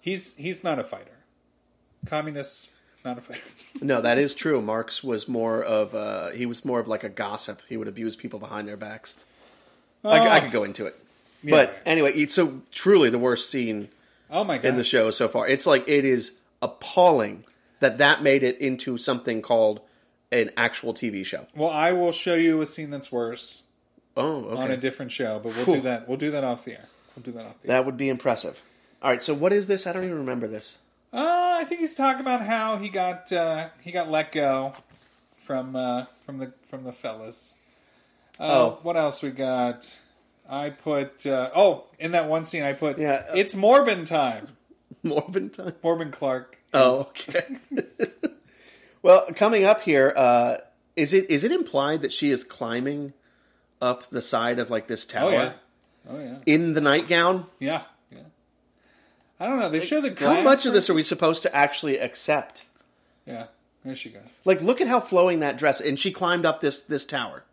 He's he's not a fighter. Communist, not a fighter. No, that is true. Marx was more of uh he was more of like a gossip. He would abuse people behind their backs. I, c- I Oh. could go into it. But anyway, it's so truly the worst scene Oh my god! in the show so far. It's like it is appalling that that made it into something called an actual TV show. Well, I will show you a scene that's worse Oh, okay. on a different show, but we'll do Phew. that. We'll do that off the air. We'll do that off the air. That would be impressive. All right, so what is this? I don't even remember this. Uh, I think he's talking about how he got uh, he got let go from uh, from the from the fellas. Uh, Oh. what else we got? I put uh, oh in that one scene I put Yeah, uh, it's Morbin time. Morbin time. Morbin Clark. Oh, is- okay. well, coming up here, uh, is it is it implied that she is climbing up the side of like this tower oh yeah, oh yeah, in the nightgown? yeah, yeah. I don't know. They show the glass How much from- of this are we supposed to actually accept? Yeah, there she goes. Like, look at how flowing that dress, and she climbed up this this tower,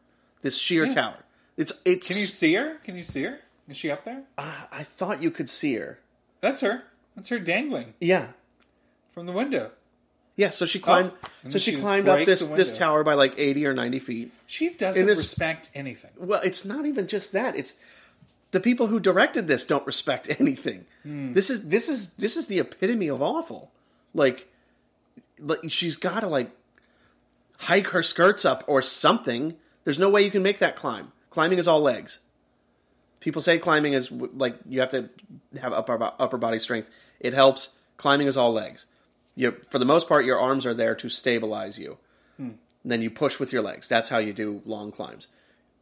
this sheer tower. It's it's. Can you see her? Can you see her? Is she up there? Ah, I thought you could see her. That's her. That's her dangling Yeah, from the window. yeah. So she climbed. Oh, and so then she she, just climbed up breaks this the this window. tower by like eighty or ninety feet. She doesn't In this- respect anything. Well, it's not even just that. It's the people who directed this don't respect anything. This is this is this is the epitome of awful. Like, like she's got to like hike her skirts up or something. There's no way you can make that climb. Climbing is all legs. People say climbing is w- like you have to have upper bo- upper body strength. It helps. Climbing is all legs. You, for the most part, your arms are there to stabilize you. Hmm. And then you push with your legs. That's how you do long climbs.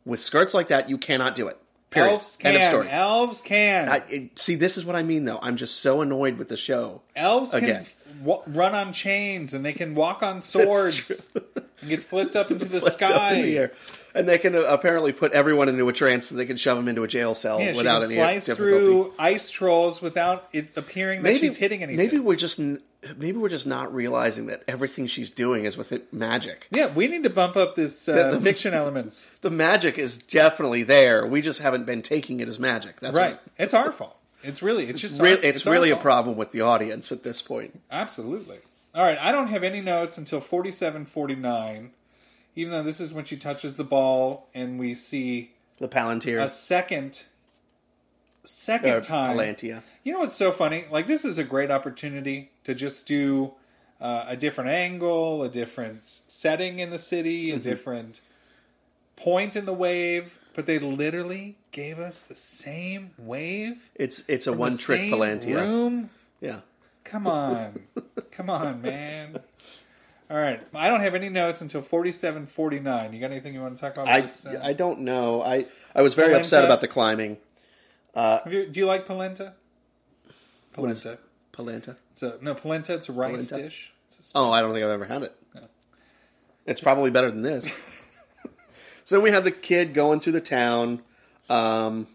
With skirts like that, you cannot do it. Period. Elves can. End of story. Elves can. I, it, see, this is what I mean, though. I'm just so annoyed with the show. Elves Again. can wa- run on chains and they can walk on swords and get flipped up into the Flipped up sky. in the air. And they can uh, apparently put everyone into a trance so they can shove them into a jail cell Yeah, she without can any slice difficulty. through ice trolls without it appearing that she's hitting anything. Maybe we're just n- maybe we're just not realizing that everything she's doing is with it magic. yeah, we need to bump up this uh, fiction elements. The magic is definitely there. We just haven't been taking it as magic. That's Right, What, it's our fault. It's really, it's, just, it's re- our- it's our really a fault. problem with the audience at this point. Absolutely. All right, I don't have any notes until forty-seven, forty-nine. Even though this is when she touches the ball and we see The Palantir, a second second uh, time. Palantia. You know what's so funny? Like this is a great opportunity to just do uh, a different angle, a different setting in the city, Mm-hmm. a different point in the wave, but they literally gave us the same wave. It's it's a from the one trick same Palantir. Room. Yeah. Come on. Come on, man. All right. I don't have any notes until forty-seven, forty-nine. You got anything you want to talk about? I, this, uh, I don't know. I, I was very upset Polenta? about the climbing. have you- do you like polenta? What is- Polenta. Polenta. It's a, no, polenta, it's a rice Polenta? dish. It's a, Oh, I don't think I've ever had it. It's probably better than this. so then we have the kid going through the town. Um,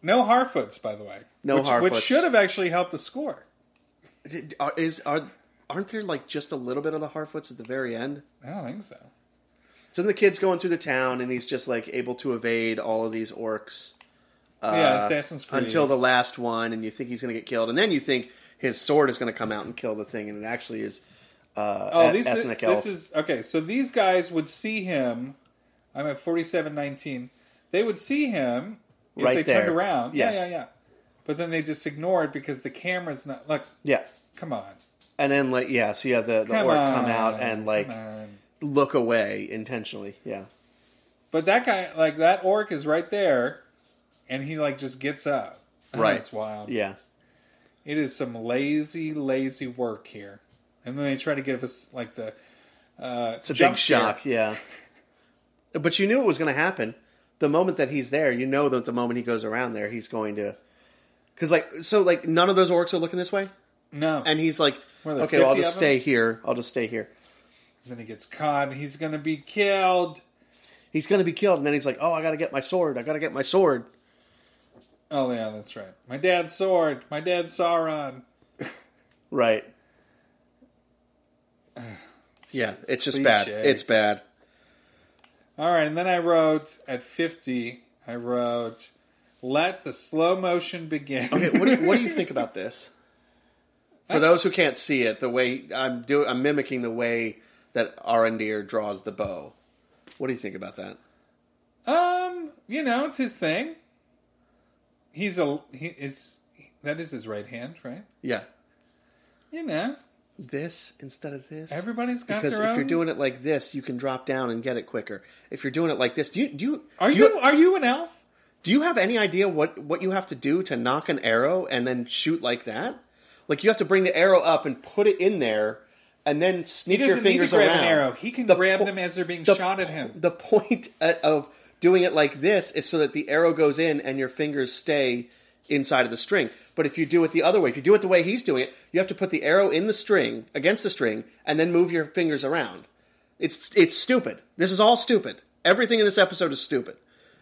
no Harfoots, by the way. No which, Harfoots. Which should have actually helped the score. are- is are aren't there like just a little bit of the Harfoots at the very end? I don't think E- so. So then the kid's going through the town, and he's just like able to evade all of these orcs uh, yeah, Assassin's Creed. until the last one, and you think he's going to get killed, and then you think his sword is going to come out and kill the thing, and it actually is. Uh, Oh, eth- these ethnic this elf. is okay. So these guys would see him. I'm at forty-seven nineteen. They would see him if Right they there. turned around. Yeah. Yeah. yeah, yeah, But then they just ignore it because the camera's not. Look, yeah, come on, and then like yeah, so yeah, the, the come orc on, come out and like come on. look away intentionally. Yeah, But that guy, like that orc, is right there, and he like just gets up. Oh, Right. it's wild. yeah. It is some lazy, lazy work here. And then they try to give us like the uh, It's a big shock, yeah. But you knew it was going to happen. The moment that he's there, you know that the moment he goes around there, he's going to. Because, like, so, like, none of those orcs are looking this way. No, And he's like, Were there okay, well, I'll 50 just of stay them? here. I'll just stay here. then he gets caught. and He's gonna be killed. He's going to be killed. And then he's like, oh, I got to get my sword. I got to get my sword. Oh yeah, that's right. My dad's sword. My dad's Sauron. Right. yeah, it's just bad. cliche. It's bad. All right, and then I wrote at fifty. I wrote, "Let the slow motion begin." Okay, what do you, what do you think about this? For those who can't see it, the way I'm do I'm mimicking the way that Arendir draws the bow. What do you think about that? um, you know, it's his thing. He's a he is that is his right hand, right? Yeah, You know, this instead of this. everybody's got because their if own. you're doing it like this, you can drop down and get it quicker. If you're doing it like this, do you do you are do you, are you an elf? do you have any idea what what you have to do to knock an arrow and then shoot like that? Like you have to bring the arrow up and put it in there, and then He sneak your doesn't need to fingers grab around. an arrow. He can The grab po- them as they're being the shot at po- him. The point uh, of doing it like this is so that the arrow goes in and your fingers stay inside of the string. But if you do it the other way, if you do it the way he's doing it, you have to put the arrow in the string against the string and then move your fingers around. It's it's stupid. This is all stupid. Everything in this episode is stupid.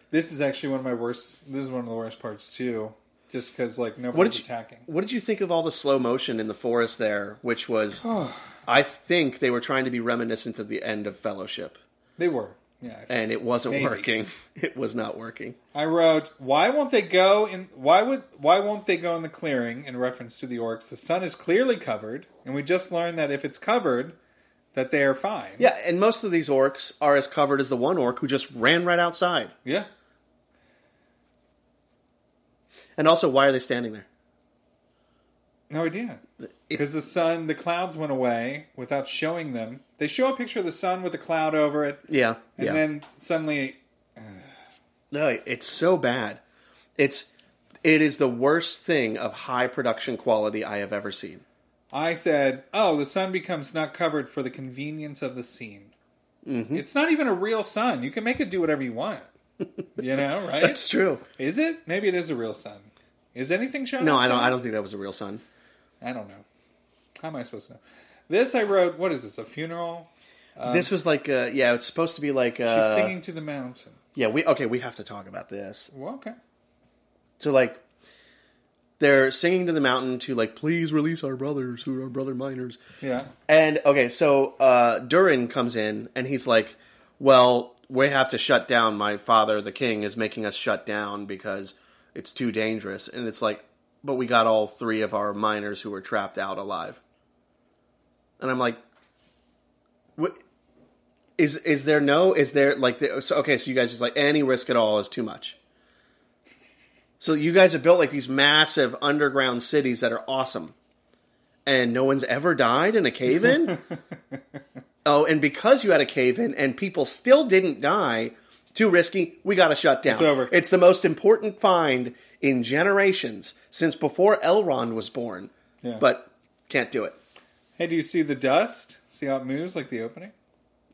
This is actually one of my worst. This is one of the worst parts too, just because like What nobody's did you, attacking. What did you think of all the slow motion in the forest there, which was Oh. I think they were trying to be reminiscent of the end of Fellowship. They were, yeah. I think And it wasn't Maybe. working. It was not working. I wrote, "Why won't they go in? Why would? Why won't they go in the clearing?" In reference to the orcs, the sun is clearly covered, and we just learned that if it's covered, that they are fine. Yeah, and most of these orcs are as covered as the one orc who just ran right outside. yeah. And also, why are they standing there? No idea. Because the sun, the clouds went away without showing them. They show a picture of the sun with a cloud over it, Yeah, and yeah. then suddenly, no, it's so bad. It's it is the worst thing of high production quality I have ever seen. I said, "Oh, the sun becomes not covered for the convenience of the scene." Mm-hmm. It's not even a real sun. You can make it do whatever you want. you know, right? That's true. Is it? Maybe it is a real sun. Is anything showing? No, on I don't. sun? I don't think that was a real sun. I don't know. How am I supposed to know? This I wrote. What is this? A funeral? this was like, uh, yeah, it's supposed to be like, Um, She's uh, singing to the mountain. yeah. We okay. We have to talk about this. Well, okay. So like they're singing to the mountain to like please release our brothers who are brother miners. Yeah. And okay, so uh Durin comes in and he's like, Well, we have to shut down. My father, the king, is making us shut down because it's too dangerous. And it's like, but we got all three of our miners who were trapped out alive. And I'm like, what is is there no is there like the, so, okay so you guys just like any risk at all is too much so you guys have built like these massive underground cities that are awesome, and no one's ever died in a cave in. oh, and because you had a cave in and people still didn't die, too risky. We got to shut down. It's over. It's the most important find in generations since before Elrond was born. Yeah. But can't do it. Hey, do you see the dust? See how it moves like the opening?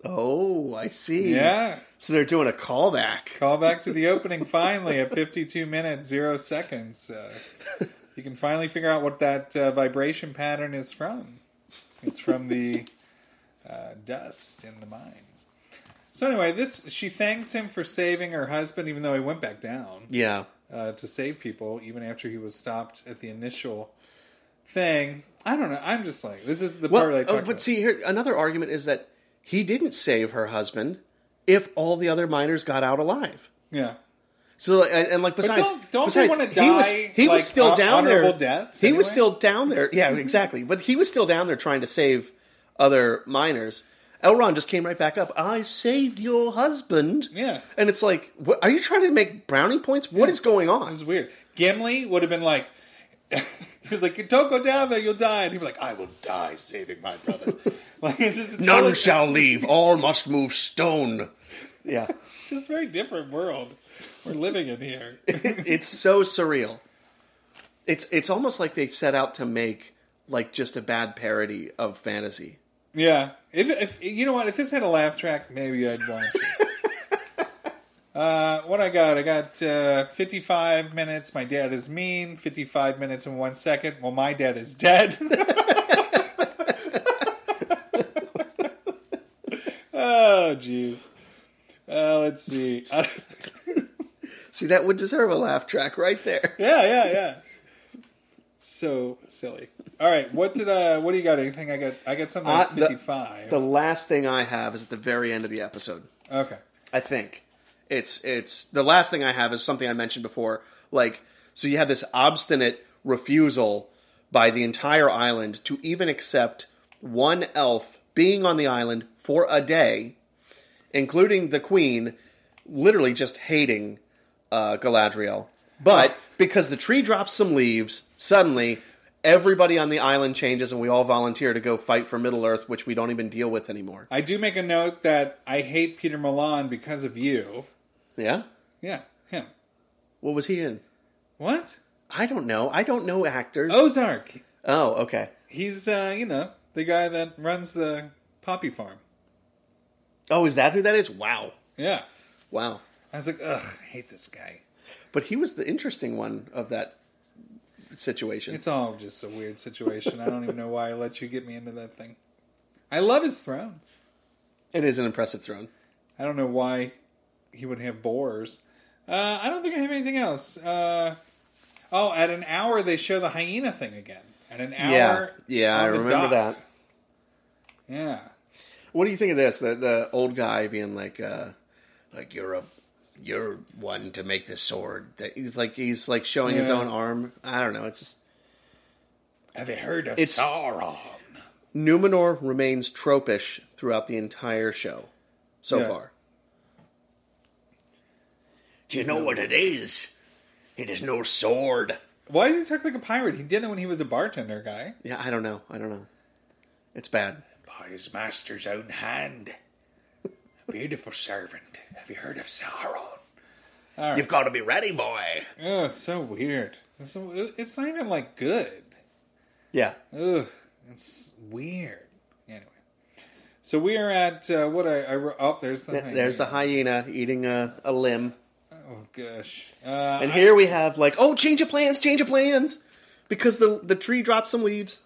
Oh, I see. Yeah. So they're doing a callback. Call back to the opening finally at 52 minutes, zero seconds. Uh, you can finally figure out what that uh, vibration pattern is from. It's from the uh, dust in the mines. So anyway, this she thanks him for saving her husband, even though he went back down Yeah. uh, to save people, even after he was stopped at the initial thing. I don't know. I'm just like this is the Well, part I talk oh, about. but see here, another argument is that he didn't save her husband if all the other miners got out alive. yeah. So like, and, and like besides, don't- don't they besides, wanna He was, die, he like, was still hon- down there. honorable deaths he was anyway? Mm-hmm. still down there. Yeah, exactly. But he was still down there trying to save other miners. Elrond just came right back up. I saved your husband. Yeah. and it's like, what, are you trying to make brownie points? What is going It on? was weird. Gimli would have been like, he was like, "Don't go down there, you'll die," and he'd be like, "I will die saving my brothers." like it's just a totally- leave. All must move stone. Yeah, Just a very different world we're living in here. it's so surreal. It's it's almost like they set out to make like just a bad parody of fantasy. yeah, if, if you know what, if this had a laugh track, maybe I'd watch it. Uh, what I got? I got uh, 55 minutes. My dad is mean. 55 minutes and one second. Well, my dad is dead. oh, jeez. Uh, let's see. See, that would deserve a laugh track right there. Yeah, yeah, yeah. So silly. All right, what did uh what do you got? Anything I got I got something Uh, at the- 55. The last thing I have is at the very end of the episode. okay. I think it's it's the last thing I have is something I mentioned before. Like, so you have this obstinate refusal by the entire island to even accept one elf being on the island for a day, including the queen, literally just hating uh, Galadriel. But because the tree drops some leaves, suddenly everybody on the island changes, and we all volunteer to go fight for Middle Earth, which we don't even deal with anymore. I do make a note that I hate Peter Milan because of you. Yeah, Yeah, him. what was he in? What? I don't know. I don't know actors. Ozark. Oh, okay. He's uh, you know, the guy that runs the poppy farm. Oh, is that who that is? Wow. Yeah. Wow. I was like, ugh, I hate this guy. But he was the interesting one of that situation. It's all just a weird situation. I don't even know why I let you get me into that thing. I love his throne. it is an impressive throne. I don't know why he would have boars. Uh, I don't think I have anything else. Uh, oh, at an hour they show the hyena thing again. At an hour, yeah. Yeah, on I the remember dot. that. Yeah, What do you think of this? The the old guy being like uh like you're a you're one to make the sword. That he's like he's like showing his Yeah. own arm. I don't know. It's just have you heard of It's- Sauron? Numenor remains tropish throughout the entire show so Yeah. far. Do you know what it is? It is no sword. Why does he talk like a pirate? He did it when he was a bartender guy. Yeah, I don't know. I don't know. It's bad. By his master's own hand, beautiful servant. Have you heard of Sauron? You've got to be ready, boy. Oh, it's so weird. It's, so, it's not even like good. Yeah. Ugh, it's weird. Anyway, so we are at uh, what I, I wrote. Oh, there's the hyena. There's the hyena eating a, a limb. Oh gosh. Uh, And here we have like, oh, change of plans, change of plans, because the the tree drops some leaves,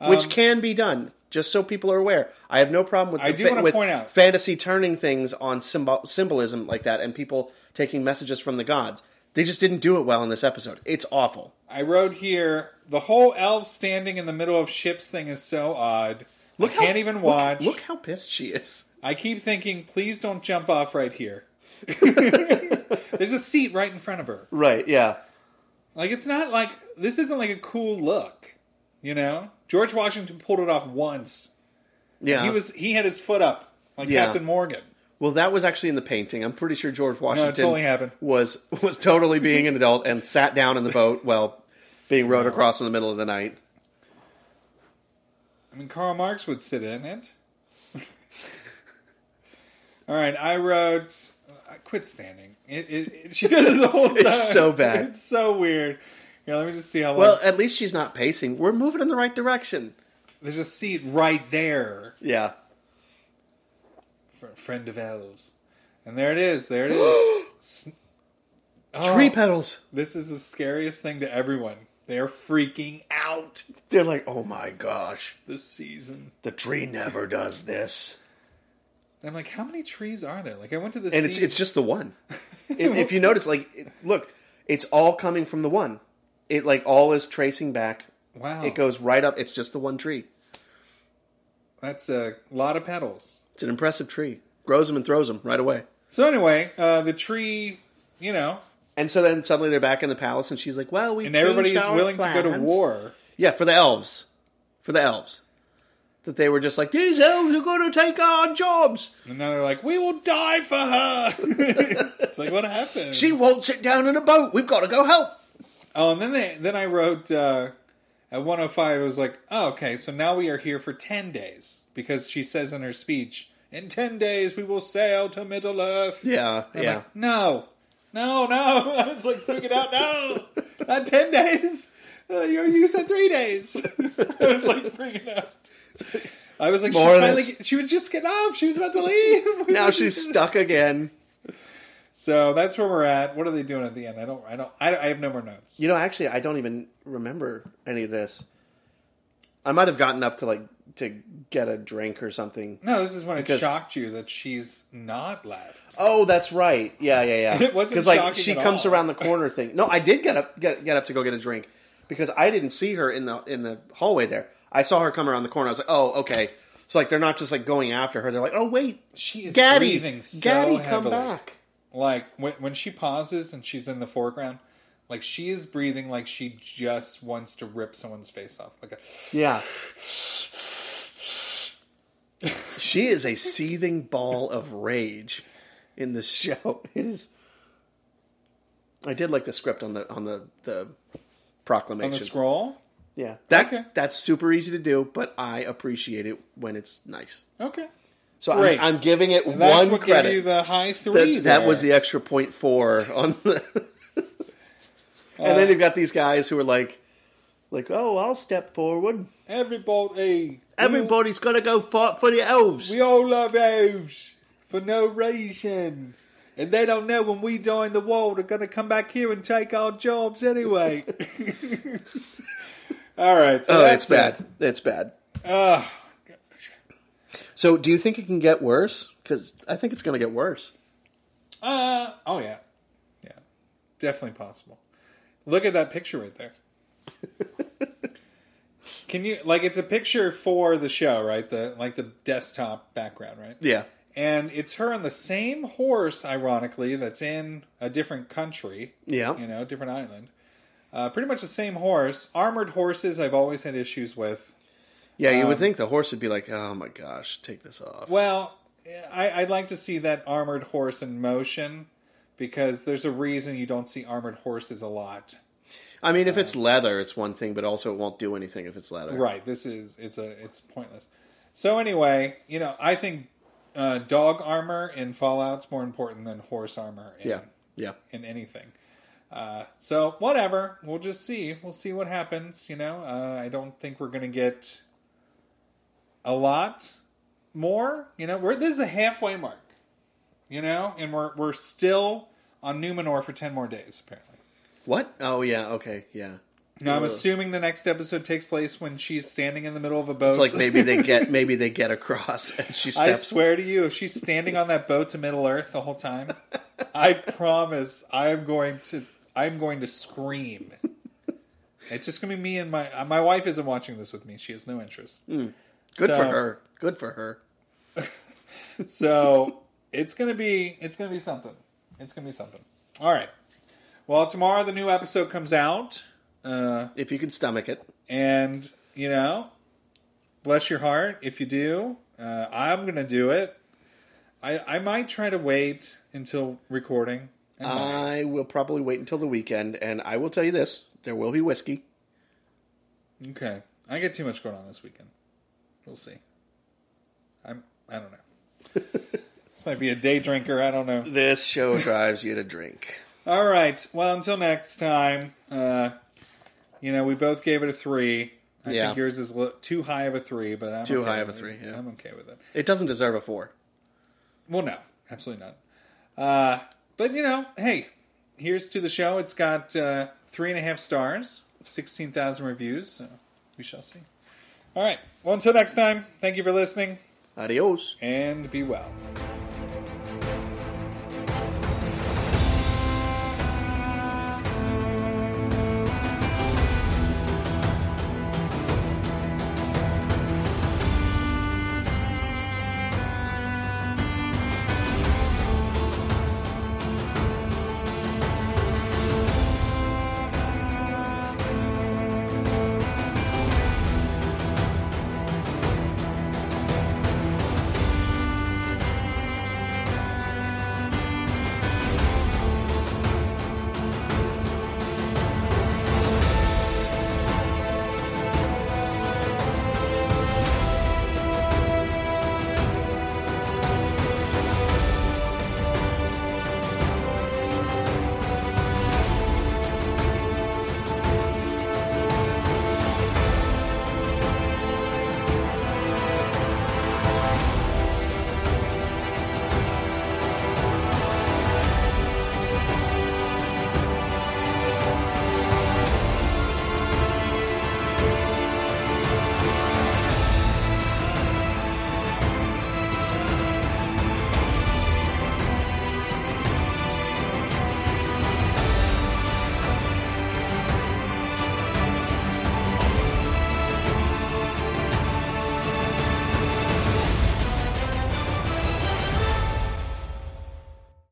Um, which can be done. Just so people are aware, I have no problem with I the do fa- wanna with point out- fantasy turning things on symbol- symbolism like that, and people taking messages from the gods. They just didn't do it well in this episode. It's awful. I wrote here the whole elves standing in the middle of ships thing is so odd. Look I how- can't even look- watch. Look, how pissed she is. I keep thinking, please don't jump off right here. There's a seat right in front of her. Right? Yeah. Like it's not like this isn't like a cool look, you know. George Washington pulled it off once. Yeah. He was he had his foot up like Uh. Yeah. Captain Morgan. Well, that was actually in the painting. I'm pretty sure George Washington totally happened. was was totally being an adult and sat down in the boat while being rowed across in the middle of the night. I mean, Karl Marx would sit in it. All right, I wrote. I quit standing. It, it, it- she does it the whole time. It's so bad. Oh, It's so weird. Yeah, let me just see how long. Well, at least she's not pacing. We're moving in the right direction. There's a seat right there. Yeah. For friend of elves. And there it is. There it is. Sn- Oh, Tree petals. This is the scariest thing to everyone. They're freaking out They're like, oh my gosh, this season. the tree never does this. And I'm like, how many trees are there? Like, I went to the And it's sea- it's just the one. if, if you notice, like, it, look, it's all coming from the one. It like all is tracing back. wow. It goes right up. It's just the one tree. That's a lot of petals. It's an impressive tree. Grows them and throws them right away. So anyway, uh, the tree, you know, And so then suddenly they're back in the palace, and she's like, "Well, we and everybody's changed our willing to go to plans." war. Yeah, for the elves, for the elves, that they were just like these elves are going to take our jobs. And now they're like, we will die for her. it's like, what happened? She won't sit down in a boat. We've got to go help. oh, and then they, then I wrote uh, at 105. It was like, oh, okay, so now we are here for 10 days because she says in her speech, in 10 days we will sail to Middle Earth. Yeah, I'm yeah. like, no, no, no. I was like, freaking out. No, not 10 days. Uh, you, you said three days. I was like, freaking out. I was like, she, More or finally, less. she was just getting off. She was about to leave. now she's stuck again. So that's where we're at. What are they doing at the end? I don't. I don't. I, I have no more notes. You know, actually, I don't even remember any of this. I might have gotten up to like to get a drink or something. No, this is when Because- it shocked you that she's not left. Oh, that's right. Yeah, yeah, yeah. It wasn't like shocking she at comes all. around the corner thing. No, I did get up get, get up to go get a drink because I didn't see her in the in the hallway there. I saw her come around the corner. I was like, "Oh, okay." So like they're not just like going after her. They're like, "Oh, wait. She is Gaddy, breathing so Gaddy, heavily. come back." Like when when she pauses and she's in the foreground, like she is breathing like she just wants to rip someone's face off. Like a, Yeah. she is a seething ball of rage in this show. It is I did like the script on the on the the proclamation. on the scroll. Yeah, that Okay. that's super easy to do, but I appreciate it when it's nice. Okay, So Great. I'm, I'm giving it and that's one what gave you credit. the high three. that, that there. was the extra point four on the. and Uh, then you've got these guys who are like, like, oh, I'll step forward. everybody. Everybody's got to go fight for the elves. We all love elves for no reason. And they don't know when we join the wall, they're going to come back here and take our jobs anyway. all right. So oh, that's it's bad. It's bad. it. Ugh. So, do you think it can get worse? Because I think it's going to get worse. Uh, oh, yeah. Yeah. Definitely possible. Look at that picture right there. Can you like it's a picture for the show, right? The like the desktop background, right? Yeah. And it's her on the same horse, ironically, that's in a different country. Yeah. you know, different island. Uh, pretty much the same horse. Armored horses, I've always had issues with. Yeah, you um, would think the horse would be like, oh my gosh, take this off. Well, I, I'd like to see that armored horse in motion because there's a reason you don't see armored horses a lot. I mean, if it's leather, it's one thing, but also it won't do anything if it's leather. Right. This is it's a it's pointless. So anyway, you know, I think uh, dog armor in Fallout's more important than horse armor. In, Yeah. Yeah. in anything. Uh, so whatever, we'll just see. We'll see what happens. You know, uh, I don't think we're gonna get a lot more. You know, we're this is the halfway mark. You know, and we're we're still on Numenor for ten more days apparently. What? Oh yeah. Okay. Yeah. Now I'm assuming the next episode takes place when she's standing in the middle of a boat. It's like maybe they get maybe they get across and she I steps. swear to you, if she's standing on that boat to Middle Earth the whole time, I promise I am going to I'm going to scream. It's just gonna be me and my uh, my wife isn't watching this with me. She has no interest. Good for so- her. Good for her. So it's gonna be it's gonna be something. It's gonna be something. All right. Well, tomorrow the new episode comes out, If you can stomach it. and you know, bless your heart if you do. Uh, I'm gonna do it. I I might try to wait until recording. I might. I will probably wait until the weekend, and I will tell you this: there will be whiskey. Okay. I get too much going on this weekend. We'll see. I'm I don't know. this might be a day drinker, I don't know. This show drives you to drink. All right. Well, until next time, uh you know, we both gave it a 3. I Yeah. think yours is li- too high of a three, but I'm Too okay high of with a three, it. yeah. I'm okay with it. It doesn't deserve a four. Well, no, absolutely not. Uh, but you know, hey, here's to the show. It's got uh, three and a half stars, sixteen thousand reviews. So we shall see. All right. Well, until next time, thank you for listening Adios. and be well.